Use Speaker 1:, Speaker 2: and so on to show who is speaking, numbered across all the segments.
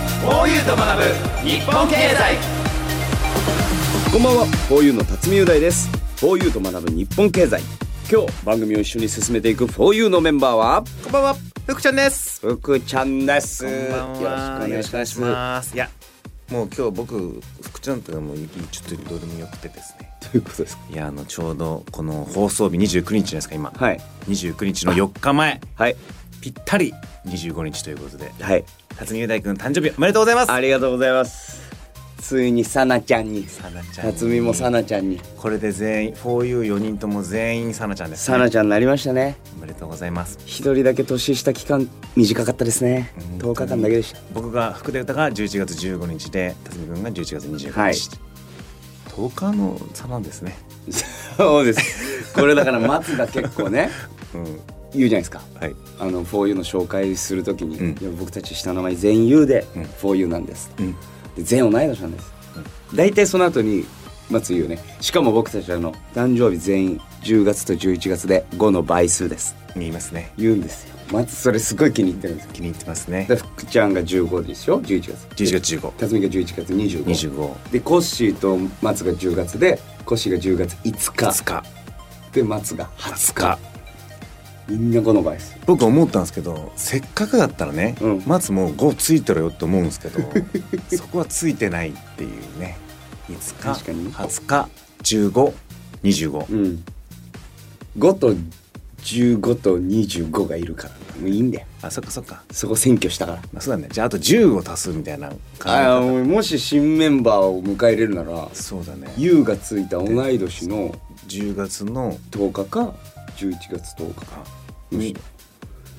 Speaker 1: と学ぶ日本経済
Speaker 2: こんばんは、フォーユーの辰巳雄大です。フォーユーと学ぶ日本経済。今日番組を一緒に進めていくフォーユーのメンバーは
Speaker 1: こんばんは福ちゃんです
Speaker 2: 福ちゃんです。
Speaker 3: こんばんは
Speaker 2: よろしくお願いします
Speaker 1: いや
Speaker 3: もう今日僕福ちゃんとかもうちょっとどうでもよくてですね
Speaker 2: す。ということですか。
Speaker 3: いやあのちょうどこの放送日29日じゃないですか今、
Speaker 2: はい
Speaker 3: 29日の4日前
Speaker 2: はい
Speaker 3: ぴったり25日ということで
Speaker 2: はい。
Speaker 3: 辰巳雄大君誕生日おめでとうございます
Speaker 2: ありがとうございます。ついにさなちゃんに、
Speaker 3: さなちゃんに
Speaker 2: 辰巳もさなちゃんに、
Speaker 3: これで全員 4U4 人とも全員さなちゃんです、
Speaker 2: さなちゃんになりましたね。
Speaker 3: おめでとうございます
Speaker 2: 一人だけ年下期間短かったですね。10日間だけでした。
Speaker 3: 僕が福田歌が11月15日で辰巳君が11月25日、
Speaker 2: はい
Speaker 3: 10日の差なんですね
Speaker 2: そうです。これだから松が結構ね、
Speaker 3: うん
Speaker 2: 言うじゃないですか。
Speaker 3: はい
Speaker 2: あの 4U の紹介するときに、
Speaker 3: うん
Speaker 2: いや僕たち下の名前全 U で
Speaker 3: うん
Speaker 2: 4U なんです、
Speaker 3: うん
Speaker 2: で全同い年なんです、大体その後に松井よねしかも僕たちあの誕生日全員10月と11月で5の倍数です
Speaker 3: 言いますね
Speaker 2: 言うんですよ松それすごい気に入ってるんですよ
Speaker 3: 気に入ってますね
Speaker 2: で福ちゃんが15ですよ11月
Speaker 3: 11月15
Speaker 2: 辰巳が11月25
Speaker 3: 25
Speaker 2: でコッシーと松が10月でコッシーが10月5日
Speaker 3: 20日
Speaker 2: で松が20
Speaker 3: 20
Speaker 2: 日
Speaker 3: 日
Speaker 2: みんな5の倍数
Speaker 3: 僕思ったんですけどせっかくだったらね、
Speaker 2: うん
Speaker 3: 松もう5ついてろよって思うんですけどそこはついてないっていうね5日
Speaker 2: 確かに
Speaker 3: 20日1525、
Speaker 2: うん、5と15と25がいるからもういいんだよ
Speaker 3: あそっかそっか、
Speaker 2: そこ選挙したから
Speaker 3: まあ、そうだねじゃああと10を足すみたいな
Speaker 2: あ
Speaker 3: 感
Speaker 2: ーもし新メンバーを迎え入れるなら
Speaker 3: じそうだね
Speaker 2: U がついた同い年の
Speaker 3: 10月の
Speaker 2: 10日か11月10日かの人
Speaker 3: に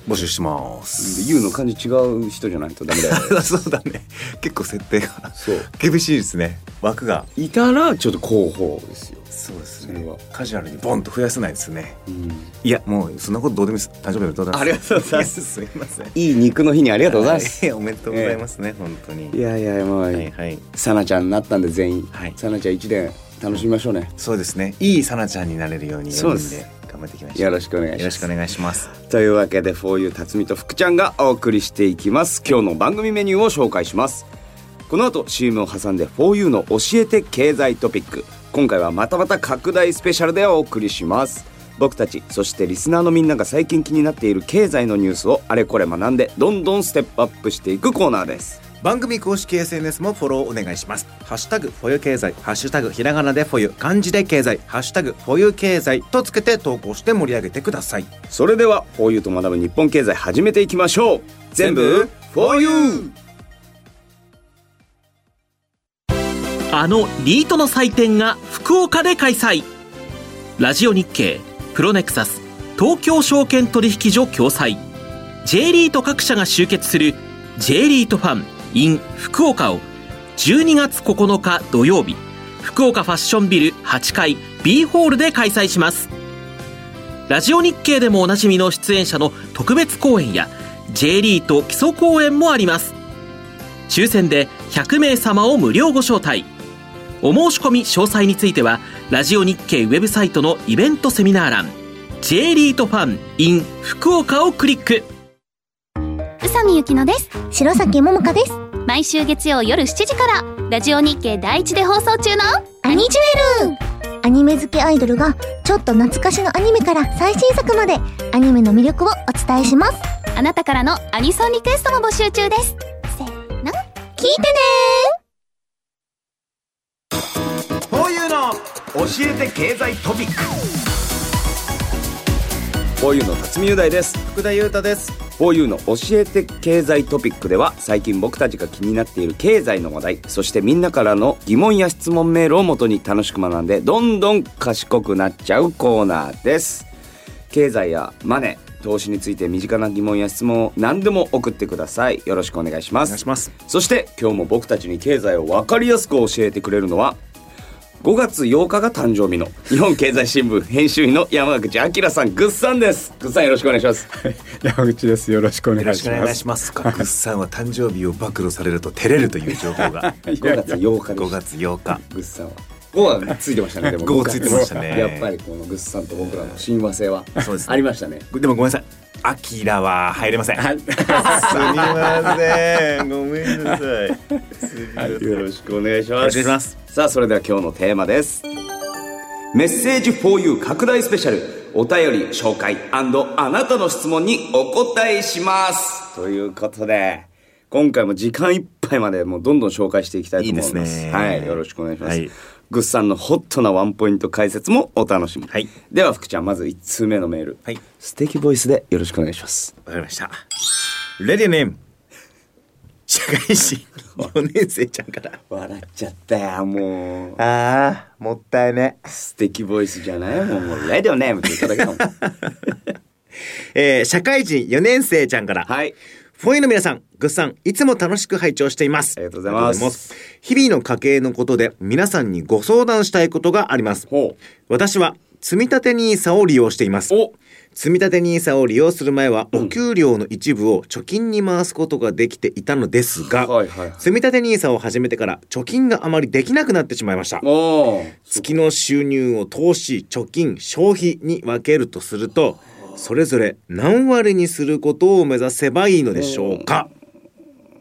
Speaker 3: 募集してま
Speaker 2: です U の漢字違う人じゃないとダメだ よ
Speaker 3: そうだね結構設定が
Speaker 2: そう
Speaker 3: 厳しいですね枠が
Speaker 2: いたらちょっと広報ですよ、
Speaker 3: そうです
Speaker 2: それは
Speaker 3: カジュアルにボンと増やせないですね
Speaker 2: うん、
Speaker 3: いやもうそんなことどうでもいいです誕生日おめでとうございます
Speaker 2: ありがとうございます
Speaker 3: やすいません
Speaker 2: いい肉の日にありがとうございます、
Speaker 3: はおめでとうご ざいますね、本当に
Speaker 2: いやいやもう、
Speaker 3: はいはい
Speaker 2: さなちゃんになったんで全員、
Speaker 3: はい
Speaker 2: さなちゃん1年楽しみましょうね、
Speaker 3: そうですねいいさなちゃんになれるように
Speaker 2: そう
Speaker 3: 4
Speaker 2: で
Speaker 3: 人
Speaker 2: す
Speaker 3: で頑張っていきましょう
Speaker 2: よろしくお願いします
Speaker 3: よろしくお願いします
Speaker 2: というわけで「フォーユー辰巳と福ちゃん」がお送りしていきます今日の番組メニューを紹介しますこの後 CM を挟んで「フォーユーの教えて経済トピック今回はまたまた拡大スペシャルでお送りします僕たちそしてリスナーのみんなが最近気になっている経済のニュースをあれこれ学んでどんどんステップアップしていくコーナーです
Speaker 3: 番組公式 SNS もフォローお願いしますハッシュタグフォユ経済ハッシュタグひらがなでフォユ漢字で経済ハッシュタグフォユ経済とつけて投稿して盛り上げてください
Speaker 2: それでは「フォーユーと学ぶ日本経済始めていきましょう全部「フォーユー
Speaker 4: あのリートの祭典が福岡で開催ラジオ日経プロネクサス東京証券取引所共催 J リート各社が集結する J リートファン in 福岡を12月9日土曜日福岡ファッションビル8階 B ホールで開催しますラジオ日経でもおなじみの出演者の特別公演や J リート基礎公演もあります抽選で100名様を無料ご招待お申し込み詳細についてはラジオ日経ウェブサイトのイベントセミナー欄 J リートファン in 福岡をクリック
Speaker 5: 宇佐美ゆきのです白崎桃香です毎週月曜夜7時からラジオ日経第一で放送中のアニジュエル
Speaker 6: アニメ好きアイドルがちょっと懐かしのアニメから最新作までアニメの魅力をお伝えします
Speaker 5: あなたからのアニソンリクエストも募集中ですせーの聞いてね
Speaker 2: フォーユーの辰巳雄大です
Speaker 3: 福田裕太です
Speaker 2: フォーユーの教えて経済トピックでは最近僕たちが気になっている経済の話題そしてみんなからの疑問や質問メールをもとに楽しく学んでどんどん賢くなっちゃうコーナーです経済やマネー投資について身近な疑問や質問を何でも送ってくださいよろしくお願いしま
Speaker 3: お願い
Speaker 2: す
Speaker 3: します
Speaker 2: そして今日も僕たちに経済を分かりやすく教えてくれるのは5月8日が誕生日の日本経済新聞編集員の山口明さんぐっさんですぐっさんよろしくお願いします
Speaker 7: 山口です。よろしくお願
Speaker 3: よろ
Speaker 7: い
Speaker 3: し
Speaker 7: し
Speaker 3: くお願
Speaker 7: ま
Speaker 3: い
Speaker 7: す。
Speaker 3: します。かくさんは誕 生日を暴露されると照れるという情報が
Speaker 2: 5月8日です
Speaker 3: 5月8日。
Speaker 2: ぐっさんは5 5はついてましたね。でも
Speaker 3: 五ついてましたね
Speaker 2: やっぱりこのグッズさんと僕らの親和性は
Speaker 3: そうですね
Speaker 2: ありましたね。
Speaker 3: でもごめんなさい。アキラは入れません。す
Speaker 2: はい。
Speaker 3: みません。ごめんなさい。
Speaker 2: よろしくお願いし
Speaker 3: よ
Speaker 2: ま
Speaker 3: ろしく
Speaker 2: す
Speaker 3: お願いします。
Speaker 2: さあそれでは今日のテーマですメッセージ 4U 拡大スペシャルお便り紹介あなたの質問にお答えしますということで今回も時間いっぱいまでもうどんどん紹介していきたいと思います
Speaker 3: いいですね
Speaker 2: はいよろしくお願いします、
Speaker 3: はい
Speaker 2: グッさんのホットなワンポイント解説もお楽しみ、
Speaker 3: はい
Speaker 2: では福ちゃんまず1通目のメール、
Speaker 3: はい
Speaker 2: 素敵ボイスでよろしくお願いします
Speaker 3: わかりました。レディネーム。社会人4年生ちゃんから。
Speaker 2: 笑っちゃったよもう
Speaker 3: ああ、もったいね。
Speaker 2: 素敵ボイスじゃないもんもうレディオネームって言っただけだもん
Speaker 3: えー、社会人4年生ちゃんから。
Speaker 2: はい
Speaker 3: フォイの皆さん、グッさん、いつも楽しく拝聴しています。
Speaker 2: ありがとうございます
Speaker 3: ありがとうございます。日々の家計のことで皆さんにご相談したいことがあります。
Speaker 2: ほ
Speaker 3: 私は積立 NISA を利用しています。
Speaker 2: お
Speaker 3: 積立 NISA を利用する前はお給料の一部を貯金に回すことができていたのですが、
Speaker 2: はいはいはい
Speaker 3: 積立 NISA を始めてから貯金があまりできなくなってしまいました。
Speaker 2: おー
Speaker 3: 月の収入を投資貯金消費に分けるとするとそれぞれ何割にすることを目指せばいいのでしょうか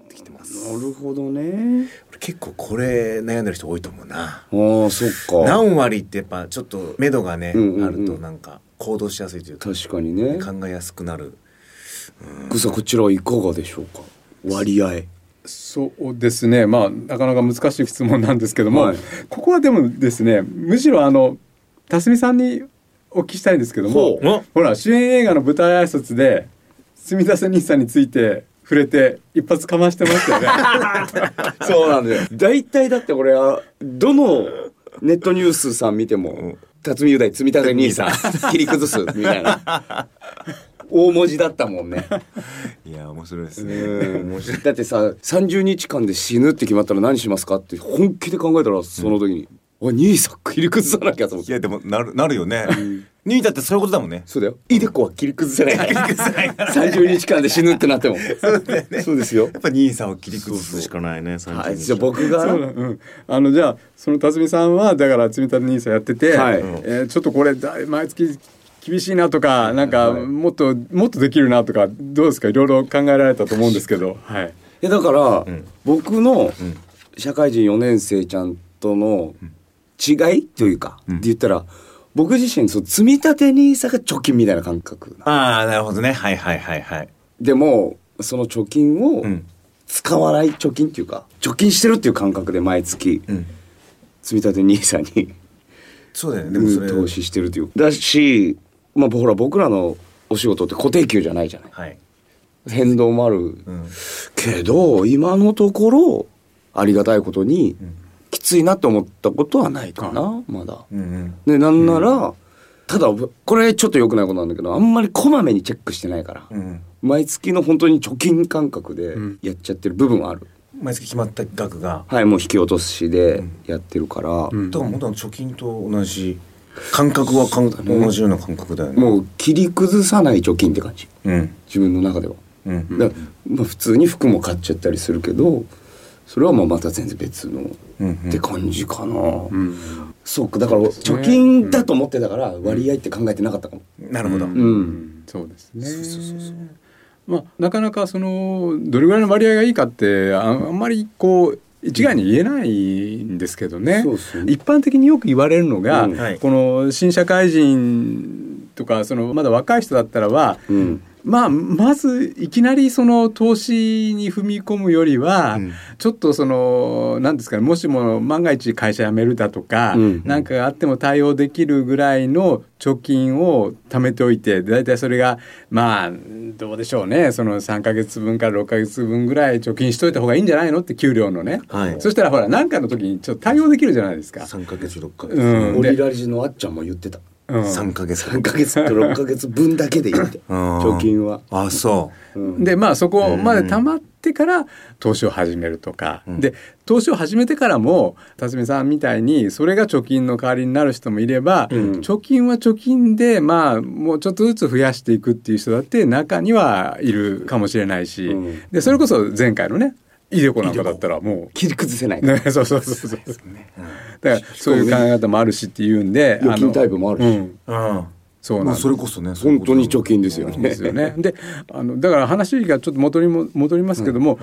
Speaker 3: ってきてます
Speaker 2: なるほどね
Speaker 3: 俺結構これ悩んでる人多いと思うな
Speaker 2: ああそっか
Speaker 3: 何割ってやっぱちょっと目処がね、
Speaker 2: うんうんうん
Speaker 3: あるとなんか行動しやすいというか
Speaker 2: 確かにね
Speaker 3: 考えやすくなる
Speaker 2: グサこちらはいかがでしょうか割合
Speaker 7: そうですねまあなかなか難しい質問なんですけども、
Speaker 2: はい
Speaker 7: ここはでもですねむしろあの辰巳さんにお聞きしたいんですけど
Speaker 2: ほ
Speaker 7: も
Speaker 3: う
Speaker 7: ほら主演映画の舞台挨拶で住田兄さんについて触れて一発かましてましたよね。
Speaker 2: そうなんだよ大体だって俺はどのネットニュースさん見ても辰巳雄大積み立て兄 さん切り崩すみたいな大文字だったもんね
Speaker 3: いや面白いです
Speaker 2: うんだってさ30日間で死ぬって決まったら何しますかって本気で考えたらその時に「あ兄さん切り崩さなきゃ」と思って
Speaker 8: いやでもなるなるよね。ニータってそういうことだもんね。
Speaker 2: そうだよ。イデコは切り崩せない。三十日間で死ぬってなっても。そうですよ。
Speaker 8: やっぱニーサを切り崩
Speaker 3: し
Speaker 8: す。
Speaker 3: かないね最近
Speaker 2: はい。じゃあ僕が。
Speaker 7: そうだうん、あのじゃあその辰巳さんはだから積み立て NISA やってて、
Speaker 2: はい
Speaker 7: えーちょっとこれだ毎月厳しいなとかなんか
Speaker 2: はい
Speaker 7: もっともっとできるなとかどうですかいろいろ考えられたと思うんですけど、はい、
Speaker 2: えだから、僕の社会人四年生ちゃんとの違いというか、って言ったら僕自身そう積み立て NISA が貯金みたいな感覚な。
Speaker 8: ああなるほどね。はいはいはいはい。
Speaker 2: でもその貯金を
Speaker 8: ん
Speaker 2: 使わない貯金っていうか貯金してるっていう感覚で毎月
Speaker 8: ん
Speaker 2: 積み立て NISA に。
Speaker 8: そうだよね。
Speaker 2: で
Speaker 8: でも
Speaker 2: も
Speaker 8: それ。
Speaker 2: 投資してるというだし、まあ、ほら僕らのお仕事って固定給じゃないじゃない
Speaker 8: はい。
Speaker 2: 変動もある、
Speaker 8: うん。
Speaker 2: けど今のところありがたいことに、きついなって思ったことはないかなまだ。
Speaker 8: うんうん。
Speaker 2: でなんなら、ただこれちょっと良くないことなんだけどあんまりこまめにチェックしてないから、
Speaker 8: うん。
Speaker 2: 毎月の本当に貯金感覚でやっちゃってる部分はある、
Speaker 8: 毎月決まった額が、
Speaker 2: はいもう引き落としでやってるから、
Speaker 7: うん
Speaker 8: だから元の貯金と同じ感覚はかん同じような感覚だよね。
Speaker 2: もう切り崩さない貯金って感じ
Speaker 8: うん
Speaker 2: 自分の中では。
Speaker 8: うん。
Speaker 2: だまあ、普通に服も買っちゃったりするけどそれはまあまた全然別の
Speaker 8: うんう
Speaker 2: っ
Speaker 8: ん
Speaker 2: て感じかな、
Speaker 7: うん
Speaker 2: そうかだから貯金だと思ってたから割合って考えてなかったかも、
Speaker 8: なるほど。
Speaker 7: う
Speaker 2: うん
Speaker 7: そうですねまあなかなかそのどれぐらいの割合がいいかってああんまりこう一概に言えないんですけどね
Speaker 2: そうそう
Speaker 7: 一般的によく言われるのが、
Speaker 2: うん
Speaker 8: はい
Speaker 7: この新社会人とかそのまだ若い人だったらは、
Speaker 2: うん
Speaker 7: まあ、まずいきなりその投資に踏み込むよりは、ちょっとその何ですかねもしも万が一会社辞めるだとか
Speaker 2: うん
Speaker 7: 何、なん、かがあっても対応できるぐらいの貯金を貯めておいてだいたいそれがまあどうでしょうねその3ヶ月分から6ヶ月分ぐらい貯金しといた方がいいんじゃないのって給料のね、
Speaker 8: はい
Speaker 7: そしたらほら何かの時にちょっと対応できるじゃないですか。
Speaker 8: 三ヶ月六ヶ月。
Speaker 7: うん、
Speaker 2: オリ
Speaker 7: で
Speaker 2: ラジのあっちゃんも言ってた
Speaker 7: うん
Speaker 8: 三ヶ月。
Speaker 2: 3ヶ月と6ヶ月分だけでいいって
Speaker 8: うん
Speaker 2: 貯金は、
Speaker 8: あそ
Speaker 2: うん
Speaker 7: でまあそこまで溜まってから投資を始めるとか、で投資を始めてからも辰巳さんみたいにそれが貯金の代わりになる人もいれば、
Speaker 2: ん
Speaker 7: 貯金は貯金でまあもうちょっとずつ増やしていくっていう人だって中にはいるかもしれないし、
Speaker 2: うん
Speaker 7: でそれこそ前回のねいいでこなんかだったらも、
Speaker 2: 切り崩せないう
Speaker 7: ね、そうそうそうそうだからそういう考え方もあるしっていうんで
Speaker 2: 預金タイプもあるし
Speaker 7: あのうん
Speaker 3: うん
Speaker 7: そうなん
Speaker 3: まあ
Speaker 7: です
Speaker 3: それこそね
Speaker 2: 本当に貯金ですよ
Speaker 7: で
Speaker 2: ね
Speaker 7: すよね。 で、あのだから話がちょっと戻りも戻りますけども、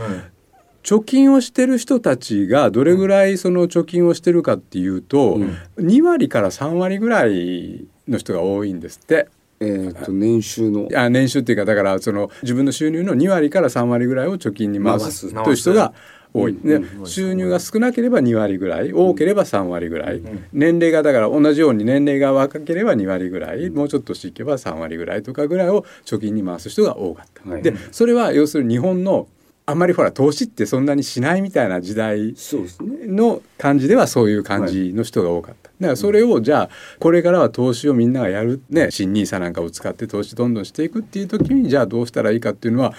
Speaker 7: 貯金をしてる人たちがどれぐらいその貯金をしてるかっていうと、2割から3割ぐらいの人が多いんですって。
Speaker 2: えーっと年収の
Speaker 7: あ年収っていうかだからその自分の収入の2割から3割ぐらいを貯金に回
Speaker 2: 回
Speaker 7: す
Speaker 2: す
Speaker 7: という人が多い、で収入が少なければ2割ぐらい多ければ3割ぐらい、年齢がだから同じように年齢が若ければ2割ぐらい、もうちょっとしていけば3割ぐらいとかぐらいを貯金に回す人が多かった。
Speaker 2: はい
Speaker 7: でそれは要するに日本のあんまりほら投資ってそんなにしないみたいな時代
Speaker 2: そうですね
Speaker 7: の感じではそういう感じの人が多かった。だからそれをじゃあこれからは投資をみんながやるね新ニーサなんかを使って投資どんどんしていくっていう時にじゃあどうしたらいいかっていうのは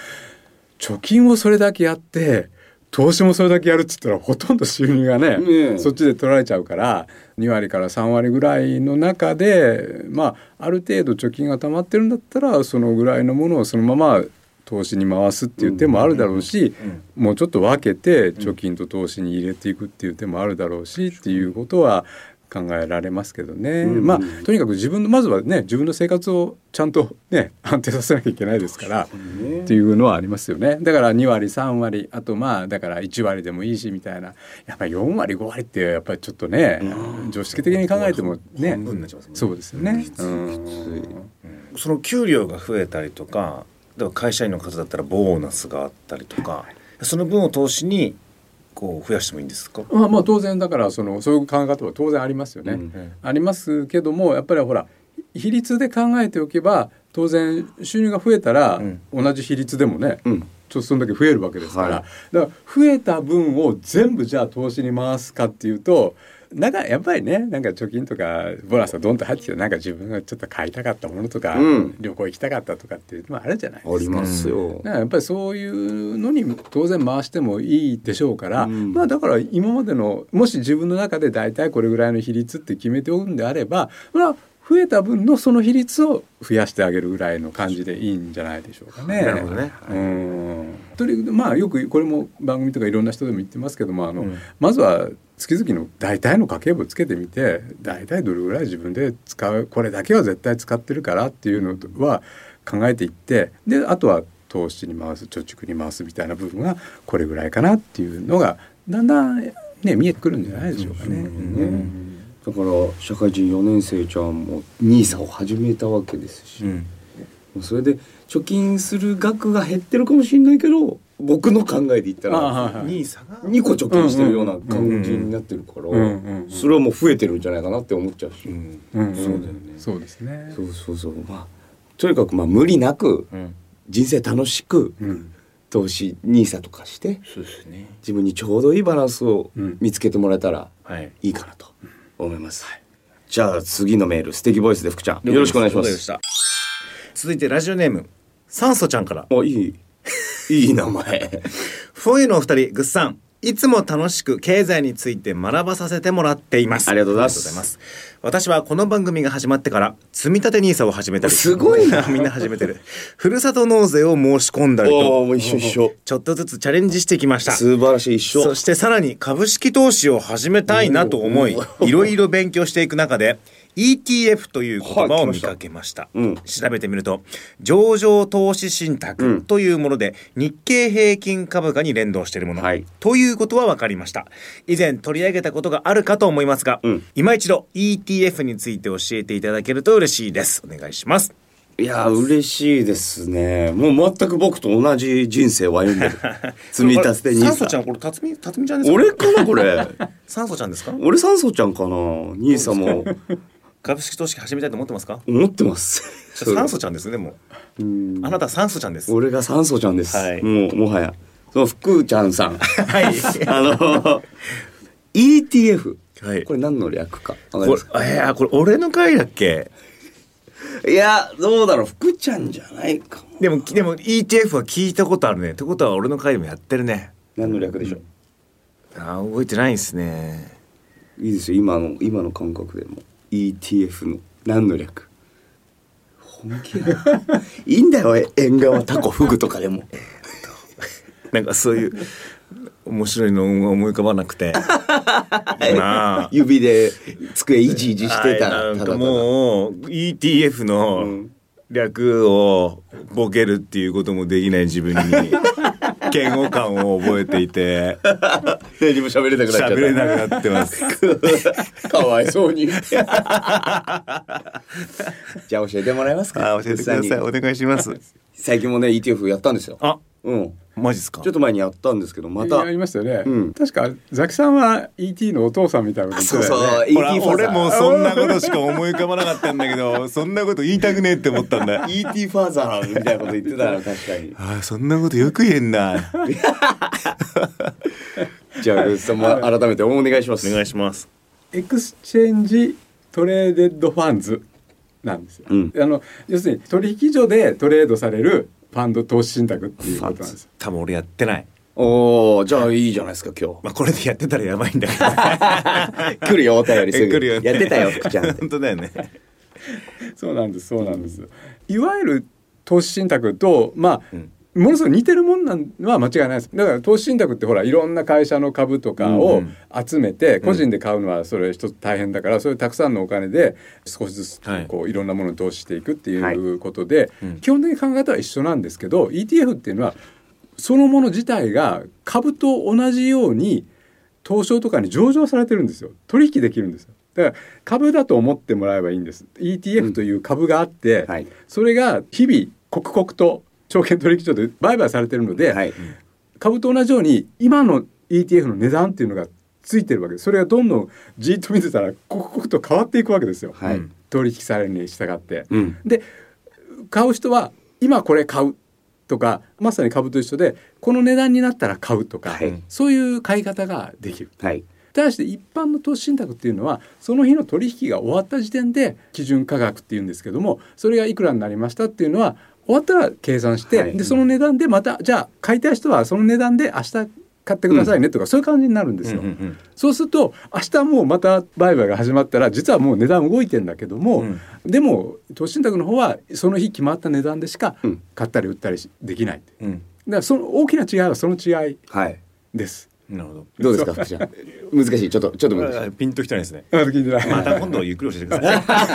Speaker 7: 貯金をそれだけやって投資もそれだけやるっつったらほとんど収入がね、
Speaker 2: ねえ
Speaker 7: そっちで取られちゃうから2割から3割ぐらいの中でまあある程度貯金が溜まってるんだったらそのぐらいのものをそのまま投資に回すっていう手もあるだろうし、もうちょっと分けて貯金と投資に入れていくっていう手もあるだろうしっていうことは考えられますけどね、まあとにかく自分のまずはね自分の生活をちゃんとね安定させなきゃいけないですから、っていうのはありますよねだから2割3割あとまあだから1割でもいいしみたいなやっぱり4割5割ってやっぱりちょっとね、常識的に考えてもね
Speaker 3: 半分になっちゃいますもんね
Speaker 7: そうですよね。うん
Speaker 3: その給料が増えたりとか例えば会社員の方だったらボーナスがあったりとか、その分を投資にこう増やしてもいいんですか、
Speaker 7: まあまあ当然だからそのそういう考え方は当然ありますよね、ありますけどもやっぱりほら比率で考えておけば当然収入が増えたら
Speaker 3: ん
Speaker 7: 同じ比率でもね、
Speaker 2: うん
Speaker 7: ちょっとそんだけ増えるわけですから、
Speaker 2: はい
Speaker 7: だから増えた分を全部じゃあ投資に回すかっていうとなんかやっぱりねなんか貯金とかボーナスがドンと入ってきてなんか自分がちょっと買いたかったものとか、
Speaker 2: うん
Speaker 7: 旅行行きたかったとかっていうのもあるじゃないですか
Speaker 2: あ。りますよ
Speaker 7: ね、やっぱりそういうのに当然回してもいいでしょうから、
Speaker 2: うん
Speaker 7: まあだから今までのもし自分の中で大体これぐらいの比率って決めておくんであれば、まあ、増えた分のその比率を増やしてあげるぐらいの感じでいいんじゃないでしょうかね。
Speaker 3: なるほどね
Speaker 7: うんとにかくまあよくこれも番組とかいろんな人でも言ってますけどもあの、
Speaker 3: うん
Speaker 7: まずは月々の大体の家計簿つけてみて大体どれぐらい自分で使うこれだけは絶対使ってるからっていうのは考えていってであとは投資に回す貯蓄に回すみたいな部分がこれぐらいかなっていうのがだんだんね見えてくるんじゃないでしょうかね。うん
Speaker 2: だから社会人4年生ちゃんもニーサを始めたわけですし、
Speaker 3: ん、
Speaker 2: それで貯金する額が減ってるかもしれないけど僕の考えで言った
Speaker 7: あ
Speaker 2: ら
Speaker 7: はいはい
Speaker 3: ニーサが
Speaker 2: 2個貯金してるような感じになってるから、
Speaker 7: うんうん
Speaker 2: それはもう増えてるんじゃないかなって思っちゃうし、
Speaker 3: うん
Speaker 7: うん
Speaker 3: そうだよね
Speaker 7: そうですね。
Speaker 2: そうそうそうまあとにかくまあ無理なく
Speaker 3: うん
Speaker 2: 人生楽しく
Speaker 7: うん
Speaker 2: 投資ニーサとかして
Speaker 3: そうですね
Speaker 2: 自分にちょうどいいバランスを
Speaker 7: うん
Speaker 2: 見つけてもらえたら
Speaker 3: はい
Speaker 2: いいかなと思います、じゃあ次のメール素敵ボイスで福ちゃんよろしくお願いしま
Speaker 3: 了解ですした続いてラジオネーム酸素ちゃんから
Speaker 2: あいいいい 名前
Speaker 3: フォーユのお二人ぐっさんいつも楽しく経済について学ばさせてもらっています
Speaker 2: ありがとうございます
Speaker 3: ありがとうございます私はこの番組が始まってから積み立て NISA を始めたり
Speaker 2: すごいな
Speaker 3: みんな始めてるふるさと納税を申し込んだり
Speaker 2: お
Speaker 3: と
Speaker 2: おもう一緒一緒
Speaker 3: ちょっとずつチャレンジしてきました
Speaker 2: 素晴らしい一緒
Speaker 3: そしてさらに株式投資を始めたいなと思いいろいろ勉強していく中で ETF という言葉を見かけました、
Speaker 2: い来ま
Speaker 3: 調べてみると上場投資信託というもので日経平均株価に連動しているもの、
Speaker 2: はい
Speaker 3: ということは分かりました以前取り上げたことがあるかと思いますが、
Speaker 2: うん
Speaker 3: 今一度 ETF について教えていただけると嬉しいですお願いします
Speaker 2: いやー嬉しいですねもう全く僕と同じ人生を歩ん でる積み立て
Speaker 3: 酸素
Speaker 2: NISA
Speaker 3: ちゃんこれ辰巳辰巳ちゃんですか
Speaker 2: 俺かな これ
Speaker 3: 酸素ちゃんですか
Speaker 2: 俺酸素ちゃんかな兄さんも
Speaker 3: 株式投資始めたいと思ってますか
Speaker 2: 思ってます
Speaker 3: じゃあ酸素ちゃんですねでも
Speaker 2: うん
Speaker 3: あなた酸素ちゃんです。
Speaker 2: 俺が酸素ちゃんです、
Speaker 3: はい
Speaker 2: もうもはやその福ちゃんさん
Speaker 3: はい。
Speaker 2: あの ETF
Speaker 3: はい
Speaker 2: これ何の略かわ
Speaker 3: こ
Speaker 2: かりま
Speaker 3: れ
Speaker 2: すか、
Speaker 3: えー、これ俺の回だっけ
Speaker 2: いやどうだろう福ちゃんじゃないかも
Speaker 3: でも、でも ETF は聞いたことあるね。ってことは俺の回でもやってるね。
Speaker 2: 何の略でしょう、
Speaker 3: あー覚えてないですね。
Speaker 2: いいですよ今の今の感覚でも ETF の何の略本気やないいんだよ縁側タコフグとかでも
Speaker 3: なんかそういう、
Speaker 8: 面白いのが思い浮かばなく てなあ
Speaker 2: 指で机いじいじし
Speaker 8: は
Speaker 2: てたら
Speaker 8: い
Speaker 2: た
Speaker 8: な
Speaker 2: だ
Speaker 8: ん
Speaker 2: た
Speaker 8: か
Speaker 2: だ
Speaker 8: もう ETF の略をボケるっていうこともできない自分 に嫌悪感を覚えていて
Speaker 2: 何も喋れなくなっちゃった
Speaker 8: 喋れなくなってます。
Speaker 2: かわいそうに じゃあ教えてもらえますか
Speaker 8: あ教えてくだ
Speaker 2: 実
Speaker 8: さい
Speaker 2: 際
Speaker 8: お
Speaker 2: に
Speaker 8: 願いします。
Speaker 2: 最近もね ETF やったんですよ
Speaker 8: あ
Speaker 2: うん
Speaker 8: マジですか
Speaker 2: ちょっ。と前にやったんですけどまた
Speaker 7: やりましたよね、
Speaker 2: うん
Speaker 7: 確かザキさんは ET のお父さんみたいなこと
Speaker 2: そう
Speaker 7: だよ
Speaker 2: そう
Speaker 7: ね
Speaker 8: ほら
Speaker 2: ETF
Speaker 8: 俺も
Speaker 2: ファザー
Speaker 8: そんなことしか思い浮かばなかったんだけどそんなこと言いたくねえって思ったんだ
Speaker 2: ET ファーザーみたいなこと言ってたら 確かに
Speaker 8: あそんなことよく言えんな
Speaker 2: じゃあ、さんも改めてお願いします。
Speaker 8: お願いします
Speaker 7: エクスチェンジトレーデッドファンズなんですよ、
Speaker 2: うん
Speaker 7: あの要するに取引所でトレードされるファンド投資信託っていうことなんですよ
Speaker 8: 多分俺やってない
Speaker 2: おお、じゃあいいじゃないですか、今
Speaker 8: まあこれでやってたらやばいんだけど
Speaker 2: 日。来るよ、お便りすぐ。
Speaker 8: 来るよね
Speaker 2: やってた よ、福ちゃんって。
Speaker 8: 本当だよね
Speaker 7: そうなんですそうなんです、いわゆる投資信託とまあ、
Speaker 8: ん
Speaker 7: ものすごい似てるもんなんは間違いないですだから投資信託ってほらいろんな会社の株とかを集めて個人で買うのはそれ一つ大変だからそれたくさんのお金で少しずつ
Speaker 8: はい
Speaker 7: こういろんなものに投資していくって
Speaker 2: はいいう
Speaker 7: ことで、基本的に考え方は一緒なんですけど ETF っていうのはそのもの自体が株と同じように東証とかに上場されてるんですよ取引できるんですよだから株だと思ってもらえばいいんです ETF という株があって、
Speaker 2: はい
Speaker 7: それが日々刻々と証券取引所で売買されてるので、
Speaker 2: はい。
Speaker 7: 株と同じように今の ETF の値段っていうのがついてるわけですそれがどんどんじっと見てたら刻々と変わっていくわけですよ、
Speaker 2: はい
Speaker 7: 取引されるに従って。
Speaker 2: うん。
Speaker 7: で買う人は今これ買うとかまさに株と一緒でこの値段になったら買うとか、
Speaker 2: はい
Speaker 7: そういう買い方ができる。
Speaker 2: はい。
Speaker 7: 対して一般の投資信託っていうのはその日の取引が終わった時点で基準価格っていうんですけどもそれがいくらになりましたっていうのは終わったら計算して、
Speaker 2: はい
Speaker 7: でその値段でまたじゃあ買いたい人はその値段で明日買ってくださいねとか、そういう感じになるんですよ。そうすると明日もうまた売買が始まったら実はもう値段動いてんだけども、
Speaker 8: うん
Speaker 7: でも投資信託の方はその日決まった値段でしか
Speaker 2: うん
Speaker 7: 買ったり売ったりしできない。だか
Speaker 8: うん
Speaker 7: らその大きな違いはその違い
Speaker 2: はい。
Speaker 7: です。
Speaker 8: なるほど
Speaker 2: どうですか、福ちゃん。難しい、ちょっと、ちょっと難し
Speaker 8: あピンときてないですね
Speaker 7: あ聞いてない
Speaker 8: また今度ゆっくり教えてくだ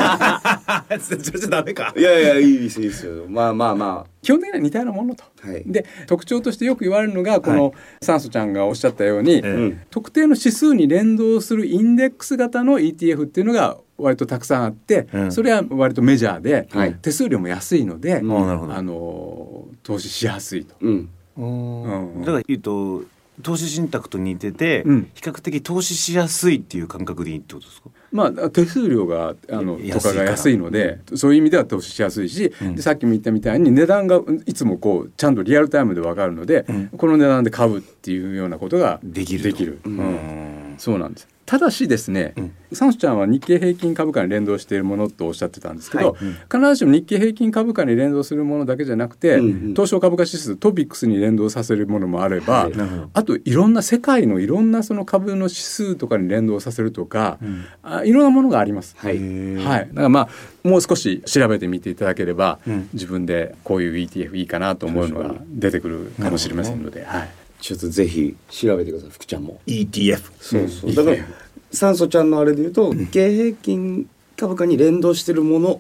Speaker 8: さいそれじゃダメか
Speaker 2: い。いやいや、いいですよ、いいですよ。まあまあま
Speaker 7: 基本的には似たようなものと。
Speaker 2: あ。はい。
Speaker 7: で特徴としてよく言われるのがこの酸素ちゃんがおっしゃったよう
Speaker 8: え
Speaker 7: に、
Speaker 2: うん。
Speaker 7: 特定の指数に連動するインデックス型の ETF っていうのが割とたくさんあって、
Speaker 8: うん
Speaker 7: それは割とメジャーで、
Speaker 2: はい
Speaker 7: 手数料も安いので、
Speaker 2: ん
Speaker 8: あなるほど
Speaker 7: あの投資しやすいと。
Speaker 2: うん。
Speaker 7: うん
Speaker 8: だから言うと投資信託と似てて、
Speaker 7: うん
Speaker 8: 比較的投資しやすいっていう感覚でいいってことですか。
Speaker 7: まあ、手数料があの
Speaker 8: 安い
Speaker 7: とか
Speaker 8: か
Speaker 7: が
Speaker 8: ら
Speaker 7: 安いのでそういう意味では投資しやすいし、
Speaker 8: うん
Speaker 7: でさっきも言ったみたいに値段がうんいつもこうちゃんとリアルタイムで分かるので、
Speaker 8: うん
Speaker 7: この値段で買うっていうようなことが
Speaker 8: できると
Speaker 7: できる。うん
Speaker 8: うん。
Speaker 7: そうなんです。ただしですね、
Speaker 8: うん
Speaker 7: サンスちゃんは日経平均株価に連動しているものとおっしゃってたんですけど、必ずしも日経平均株価に連動するものだけじゃなくて、
Speaker 2: うんうん
Speaker 7: 東証株価指数トピックスに連動させるものもあれば、
Speaker 8: なるほど。
Speaker 7: あといろんな世界のいろんなその株の指数とかに連動させるとか、
Speaker 8: ん
Speaker 7: あいろんなものがあります。
Speaker 2: はい。
Speaker 7: はい、だからまあもう少し調べてみていただければ、
Speaker 8: ん
Speaker 7: 自分でこういう ETF いいかなと思うのが出てくるかもしれませんので、はい、
Speaker 2: ちょっとぜひ調べてください、福ちゃんも。
Speaker 8: ETF。
Speaker 2: そうそう。だから、酸素ちゃんのあれで言うと、日経平均株価に連動してるもの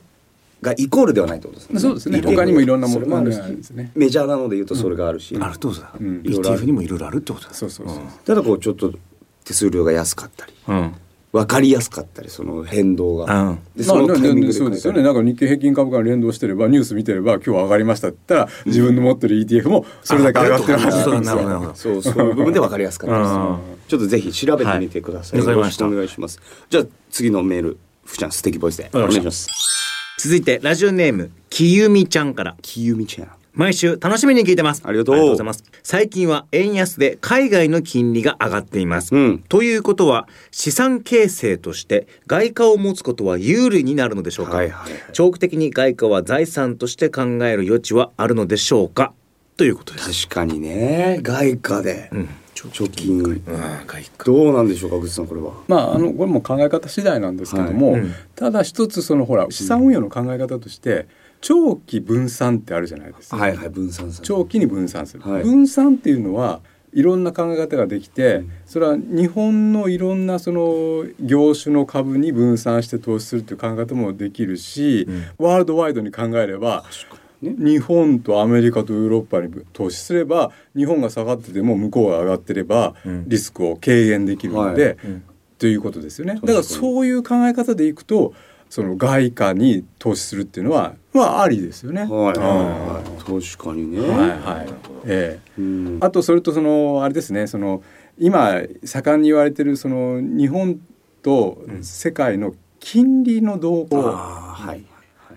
Speaker 2: がイコールではないってことですね。
Speaker 7: そうですね
Speaker 2: いろいろ
Speaker 7: 他にもいろんなもの
Speaker 2: それもあるし
Speaker 7: があるんですね
Speaker 2: メジャーなので言うとそれがあるし。
Speaker 8: あるどうだ。
Speaker 7: ん
Speaker 8: ETF にもいろいろあるってことだ。
Speaker 7: そうそうそう。
Speaker 2: ただこうちょっと手数料が安かったり
Speaker 8: うん。
Speaker 2: 分かりやすかったりその変動が、
Speaker 8: うん
Speaker 2: で
Speaker 7: ま
Speaker 2: そ
Speaker 7: あ
Speaker 2: のタイミングで
Speaker 7: そうですよね
Speaker 2: 変え
Speaker 7: なんか日経平均株価が連動してればニュース見てれば今日は上がりましたって言ったら自分の持ってる ETF もそれだけ上がってるはず
Speaker 8: そうだ
Speaker 7: なんです
Speaker 8: なるほどなるほ
Speaker 7: よ。
Speaker 8: ど。
Speaker 2: そうそういう部分で分かりやすかったです、ちょっとぜひ調べてみてください、
Speaker 8: はいわかりました
Speaker 2: よろしくお願いしますじゃあ次のメールふちゃん素敵ボイスでお
Speaker 8: わか
Speaker 2: 願い
Speaker 8: りまし
Speaker 2: したます
Speaker 3: 続いてラジオネームきゆみちゃんから
Speaker 2: きゆみちゃん
Speaker 3: 毎週楽しみに聞いてます
Speaker 2: ありがとう
Speaker 3: ございます最近は円安で海外の金利が上がっています、
Speaker 2: うん
Speaker 3: ということは資産形成として外貨を持つことは有利になるのでしょうか、
Speaker 2: はいはいはい
Speaker 3: 長期的に外貨は財産として考える余地はあるのでしょうかということです
Speaker 2: 確かにね外貨で、貯金
Speaker 8: うん。かい
Speaker 2: どうなんでしょうかぐつさんこれは
Speaker 7: まあ、あのこれも考え方次第なんですけども、
Speaker 3: はいうん
Speaker 7: ただ一つそのほら資産運用の考え方として長期分散ってあるじゃないですか、
Speaker 2: はいはい分散される
Speaker 7: 長期に分散する、
Speaker 2: はい
Speaker 7: 分散っていうのはいろんな考え方ができてそれは日本のいろんなその業種の株に分散して投資するっていう考え方もできるし、ワールドワイドに考えれば日本とアメリカとヨーロッパに投資すれば日本が下がってても向こうが上がってれば
Speaker 8: うん
Speaker 7: リスクを軽減できるので、
Speaker 2: はい
Speaker 8: うん
Speaker 7: ということですよね。だからそういう考え方でいくとその外貨に投資するっていうのはまあありですよね。
Speaker 2: はい
Speaker 7: うん
Speaker 2: はい確かにね、
Speaker 7: はいはい。え
Speaker 2: う
Speaker 7: え
Speaker 2: ん
Speaker 7: あとそれとそのあれですねその今盛んに言われてるその日本と世界の金利の動向、
Speaker 2: あはい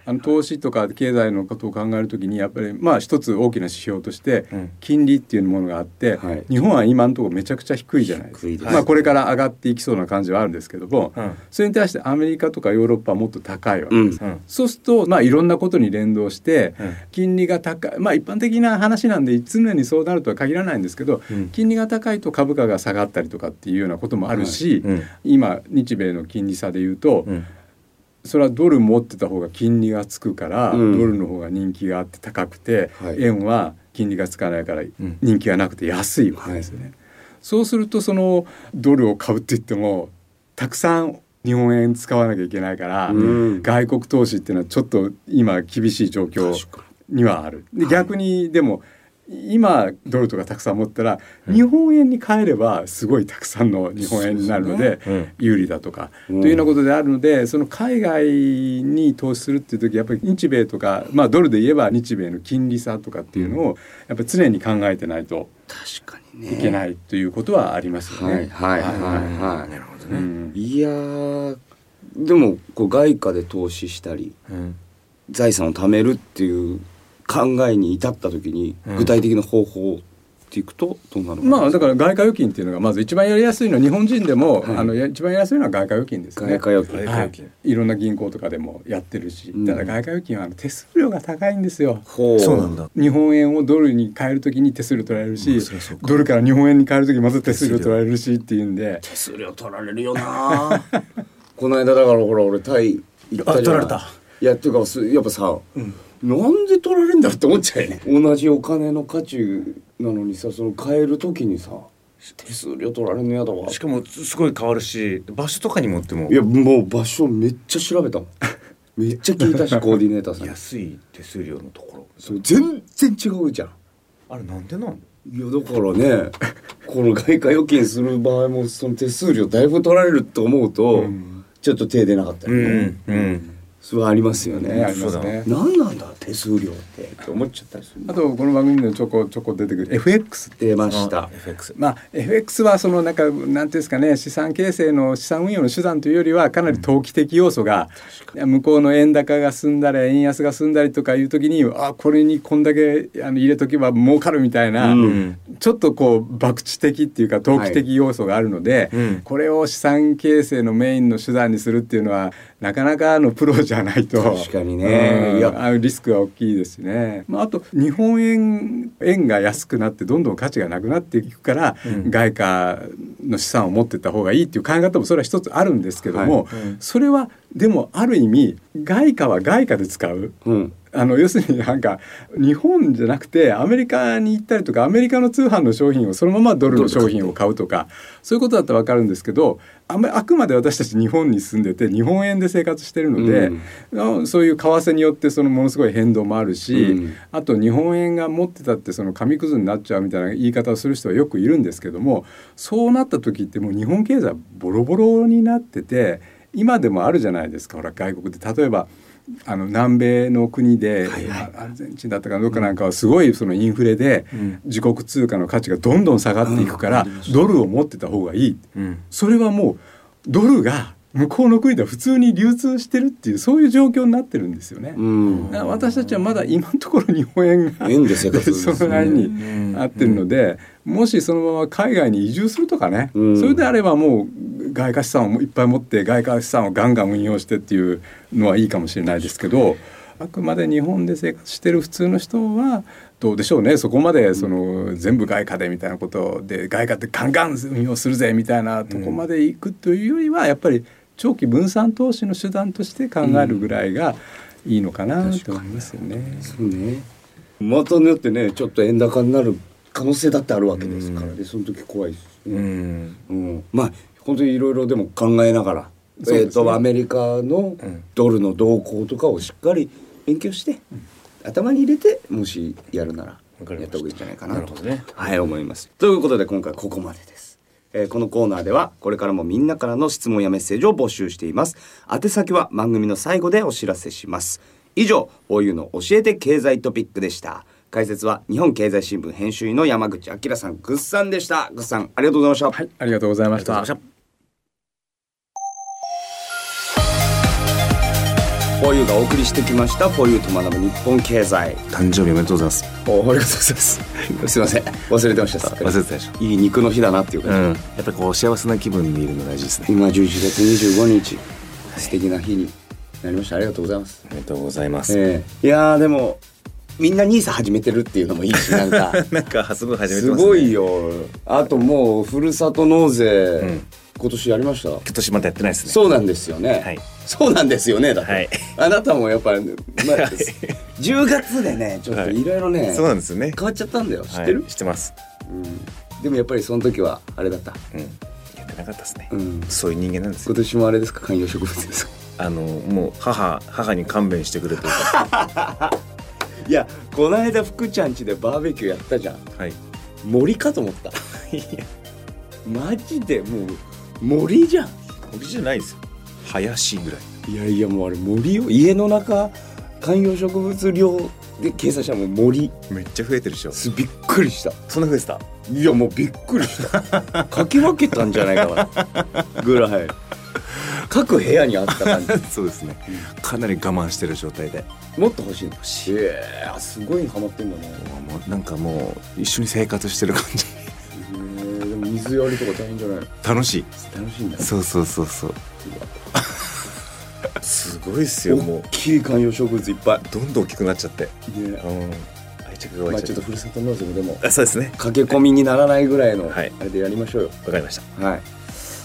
Speaker 7: あの投資とか経済のことを考えるときにやっぱりまあ一つ大きな指標として
Speaker 8: うん
Speaker 7: 金利っていうものがあって、
Speaker 2: はい
Speaker 7: 日本は今のところめちゃくちゃ低いじゃないですか
Speaker 2: 低いです
Speaker 7: まあ、これから上がっていきそうな感じはあるんですけども、
Speaker 8: うん
Speaker 7: それに対してアメリカとかヨーロッパはもっと高いわけです、
Speaker 2: うん
Speaker 8: うん
Speaker 7: そうすると、まあ、いろんなことに連動して、
Speaker 8: うん
Speaker 7: 金利が高い、まあ、一般的な話なんで常にそうなるとは限らないんですけど、
Speaker 8: うん
Speaker 7: 金利が高いと株価が下がったりとかっていうようなこともあるし、
Speaker 8: うん
Speaker 7: 今日米の金利差でいうと、
Speaker 8: うん
Speaker 7: それはドル持ってた方が金利がつくから、
Speaker 2: うん
Speaker 7: ドルの方が人気があって高くて、
Speaker 2: はい
Speaker 7: 円は金利がつかないから
Speaker 8: ん
Speaker 7: 人気がなくて安いわけですね。そうするとそのドルを買うって言ってもたくさん日本円使わなきゃいけないから、
Speaker 2: うん
Speaker 7: 外国投資っていうのはちょっと今厳しい状況にはある。で逆にでも今ドルとかたくさん持ったら、日本円に変えればすごいたくさんの日本円になるので
Speaker 8: うん
Speaker 7: 有利だとか、
Speaker 2: うん
Speaker 7: というようなことであるのでその海外に投資するっていう時やっぱり日米とか、まあ、ドルで言えば日米の金利差とかっていうのをやっぱり常に考えてないと
Speaker 2: 確かに
Speaker 7: い
Speaker 2: ね
Speaker 7: けないということはありますよ
Speaker 2: は
Speaker 7: ね。
Speaker 2: いはいはいはい、
Speaker 7: うん
Speaker 2: いやーでもこう外貨で投資したり
Speaker 8: うん
Speaker 2: 財産を貯めるっていう考えに至った時に
Speaker 8: うん
Speaker 2: 具体的な方法っていくとどうなるのかな、
Speaker 7: まあだから外貨預金っていうのがまず一番やりやすいのは日本人でも、
Speaker 2: はい
Speaker 7: あのや一番やりやすいのは外貨預金ですね。
Speaker 2: 外貨預金、
Speaker 8: 外貨
Speaker 7: は
Speaker 8: 預金
Speaker 7: い、いろんな銀行とかでもやってるし、
Speaker 2: うん
Speaker 7: ただ外貨預金はあの手数料が高いんですよ。
Speaker 2: ほ
Speaker 8: そうなんだ
Speaker 7: 日本円をドルに変えるときに手数料取られるし、
Speaker 8: まあそりゃそうか
Speaker 7: ドルから日本円に変えるときまた手数料取られるしっていうんで、
Speaker 2: 手数料取られるよなこの間だからほら俺タイ行ったじゃない
Speaker 8: あ取られた
Speaker 2: いやっていうかすやっぱさ、なんで取られるんだって思っちゃうよね同じお金の価値なのにさその買える時にさ手数料取られるのやだわ
Speaker 8: しかもすごい変わるし場所とかにもっても
Speaker 2: いやもう場所めっちゃ調べたもんめっちゃ聞いたしコーディネーターさんに
Speaker 8: 安 い手数料のところ
Speaker 2: そう全然違うじゃん
Speaker 8: あれなんでなん
Speaker 2: いや だからねこの外貨預金する場合もその手数料だいぶ取られると思うと、ちょっと手出なかったり、
Speaker 8: うんうん
Speaker 2: それはありますよね
Speaker 7: ねありますね。
Speaker 2: 何なんだ手数料ってって思っちゃったりする
Speaker 7: あとこの番組でもちょこちょこ出てくる FX って
Speaker 2: 出ました
Speaker 8: FX
Speaker 7: まあ、FX はそのなんかなんていうんですかね資産形成の資産運用の手段というよりはかなり投機的要素が、向こうの円高が進んだり円安が進んだりとかいう時にあこれにこんだけあの入れとけば儲かるみたいな、
Speaker 2: うん
Speaker 7: ちょっとこう博打的っていうか投機的要素があるので、
Speaker 8: いうん
Speaker 7: これを資産形成のメインの手段にするっていうのはなかなかのプロじゃないと
Speaker 2: 確かにね
Speaker 7: うん
Speaker 2: いや
Speaker 7: あリスクは大きいですね、まあ、あと日本円円が安くなってどんどん価値がなくなっていくから、外貨の資産を持ってった方がいいっていう考え方もそれは一つあるんですけども、それはでもある意味外貨は外貨で使う。
Speaker 2: うん
Speaker 7: あの要するになんか日本じゃなくてアメリカに行ったりとかアメリカの通販の商品をそのままドルの商品を買うとかそういうことだったら分かるんですけどあんまりあくまで私たち日本に住んでて日本円で生活してるので、あそういう為替によってそのものすごい変動もあるし、
Speaker 2: うん
Speaker 7: あと日本円が持ってたってその紙くずになっちゃうみたいな言い方をする人はよくいるんですけどもそうなった時ってもう日本経済ボロボロになってて今でもあるじゃないですかほら外国で例えばあの南米の国で、あアルゼンチンだったかなどっかなんかはすごいそのインフレで、自国通貨の価値がどんどん下がっていくから、ドルを持ってた方がいい、それはもうドルが向こうの国では普通に流通してるっていうそういう状況になってるんですよね。
Speaker 2: うん
Speaker 7: だから私たちはまだ今のところ日本円が
Speaker 2: 円で生活するんですね
Speaker 7: その辺に合ってるので、もしそのまま海外に移住するとかね、
Speaker 2: うん
Speaker 7: それであればもう外貨資産をいっぱい持って外貨資産をガンガン運用してっていうのはいいかもしれないですけどあくまで日本で生活してる普通の人はどうでしょうねそこまでその全部外貨でみたいなことで外貨ってガンガン運用するぜみたいなとこまで行くというよりはやっぱり長期分散投資の手段として考えるぐらいがいいのかなと思いますよね。
Speaker 2: そうねまたねってねちょっと円高になる可能性だってあるわけですからね、その時怖いです、
Speaker 8: う、ん
Speaker 2: うん、まあ本当にいろいろでも考えながら、
Speaker 7: そう
Speaker 2: え
Speaker 7: ですね
Speaker 2: ー、とアメリカのドルの動向とかをしっかり勉強して、頭に入れてもしやるなら
Speaker 8: わかりました
Speaker 2: やった方がいいんじゃないかな
Speaker 8: なるほ
Speaker 2: と
Speaker 8: どね
Speaker 2: はい思います。ということで今回ここまでです。えーこのコーナーではこれからもみんなからの質問やメッセージを募集しています。宛先は番組の最後でお知らせします。以上、OU の教えて経済トピックでした。解説は日本経済新聞編集員の山口明さん、ぐっさんでした。ぐっさん、ありがとうございました。
Speaker 7: はい、ありがとうございました。
Speaker 2: フォーユーがお送りしてきました「フォーユーと学ぶ日本経済
Speaker 3: 誕生日おめでとうございます。」
Speaker 2: おありがとうご ざいますすいません忘れてました
Speaker 3: 忘れてたでし
Speaker 2: いい肉の日だなってい
Speaker 3: ょ。
Speaker 2: う
Speaker 3: うん
Speaker 2: 感。
Speaker 3: やっぱりこう幸せな気分にいるの大事です
Speaker 2: じ、
Speaker 3: ね。
Speaker 2: 今11月25日素敵な日になりましたありがとうございます、
Speaker 8: おめでとうございます、
Speaker 2: ええいやーでもみんなニーサ始めてるっていうのもいいしなんか
Speaker 8: なんかすごい始めて
Speaker 2: す
Speaker 8: ますね
Speaker 2: ごいよあともうふるさと納税、
Speaker 8: ん
Speaker 2: 今年やりました
Speaker 8: 今年まだやってないですね
Speaker 2: そうなんですよね、
Speaker 8: はい
Speaker 2: そうなんですよねだって、
Speaker 8: はい
Speaker 2: あなたもやっぱ、まあ、10月でねちょっといろいろね、
Speaker 8: そうなんですよね
Speaker 2: 変わっちゃったんだよ知
Speaker 8: はい
Speaker 2: ってる、
Speaker 8: 知ってます
Speaker 2: でもやっぱりその時はあれだった、
Speaker 8: うんやってなかったですね、
Speaker 2: うん、
Speaker 8: そういう人間なんです
Speaker 2: 今
Speaker 8: よ
Speaker 2: 年もあれですか観葉植物ですか
Speaker 8: あのもう母母に勘弁してくれという か
Speaker 2: いやこの間福ちゃん家でバーベキューやったじゃん
Speaker 8: はい
Speaker 2: 森かと思 ったマジでもう森じゃん
Speaker 8: 僕じゃないですよ林ぐらい
Speaker 2: いやいやもうあれ森よ家の中観葉植物量で計算したらもう森
Speaker 8: めっちゃ増えてるで しょ
Speaker 2: すびっくりした
Speaker 8: そんな増えてた
Speaker 2: いやもうびっくりした かき分けたんじゃないかなぐらい各部屋にあった感じ
Speaker 3: そうですね。かなり我慢してる状態で。
Speaker 2: もっと欲しいのえーすごいハマってんだね
Speaker 3: もうなんかもう一緒に生活してる感 じ。
Speaker 2: でも水やりとか大変じゃない
Speaker 3: 楽しい。
Speaker 2: 楽しいんだ
Speaker 3: そうそうそうそう。
Speaker 8: すごいですよも
Speaker 2: 大
Speaker 8: う
Speaker 2: きい観葉植物いっぱ
Speaker 8: どんどん大きくなっちゃって
Speaker 2: いね
Speaker 8: うん愛着が湧
Speaker 2: ま
Speaker 8: い
Speaker 2: あ
Speaker 8: ちゃ
Speaker 2: ちょ
Speaker 8: っ
Speaker 2: ってとふるさと納税もでも
Speaker 8: あそうですね
Speaker 2: 駆け込みにならないぐらいのあ
Speaker 8: はい
Speaker 2: れでやりましょうよ
Speaker 8: わかりました
Speaker 2: はい。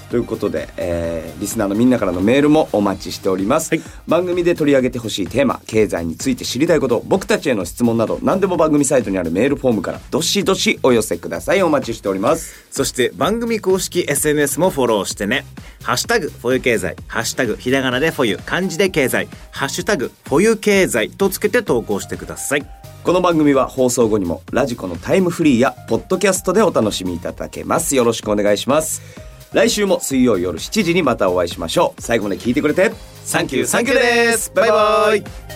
Speaker 2: ということで、えーリスナーのみんなからのメールもお待ちしております、
Speaker 8: はい
Speaker 2: 番組で取り上げてほしいテーマ経済について知りたいこと僕たちへの質問など何でも番組サイトにあるメールフォームからどしどしお寄せくださいお待ちしております
Speaker 3: そして番組公式 SNS もフォローしてね。ハッシュタグ、フォユ経済。ハッシュタグ、ひらがなでフォユ。漢字で経済。ハッシュタグ、フォユ経済とつけて投稿してください。
Speaker 2: この番組は放送後にもラジコのタイムフリーやポッドキャストでお楽しみいただけますよろしくお願いします来週も水曜夜7時にまたお会いしましょう最後まで聞いてくれてサンキューサンキューですバイバイ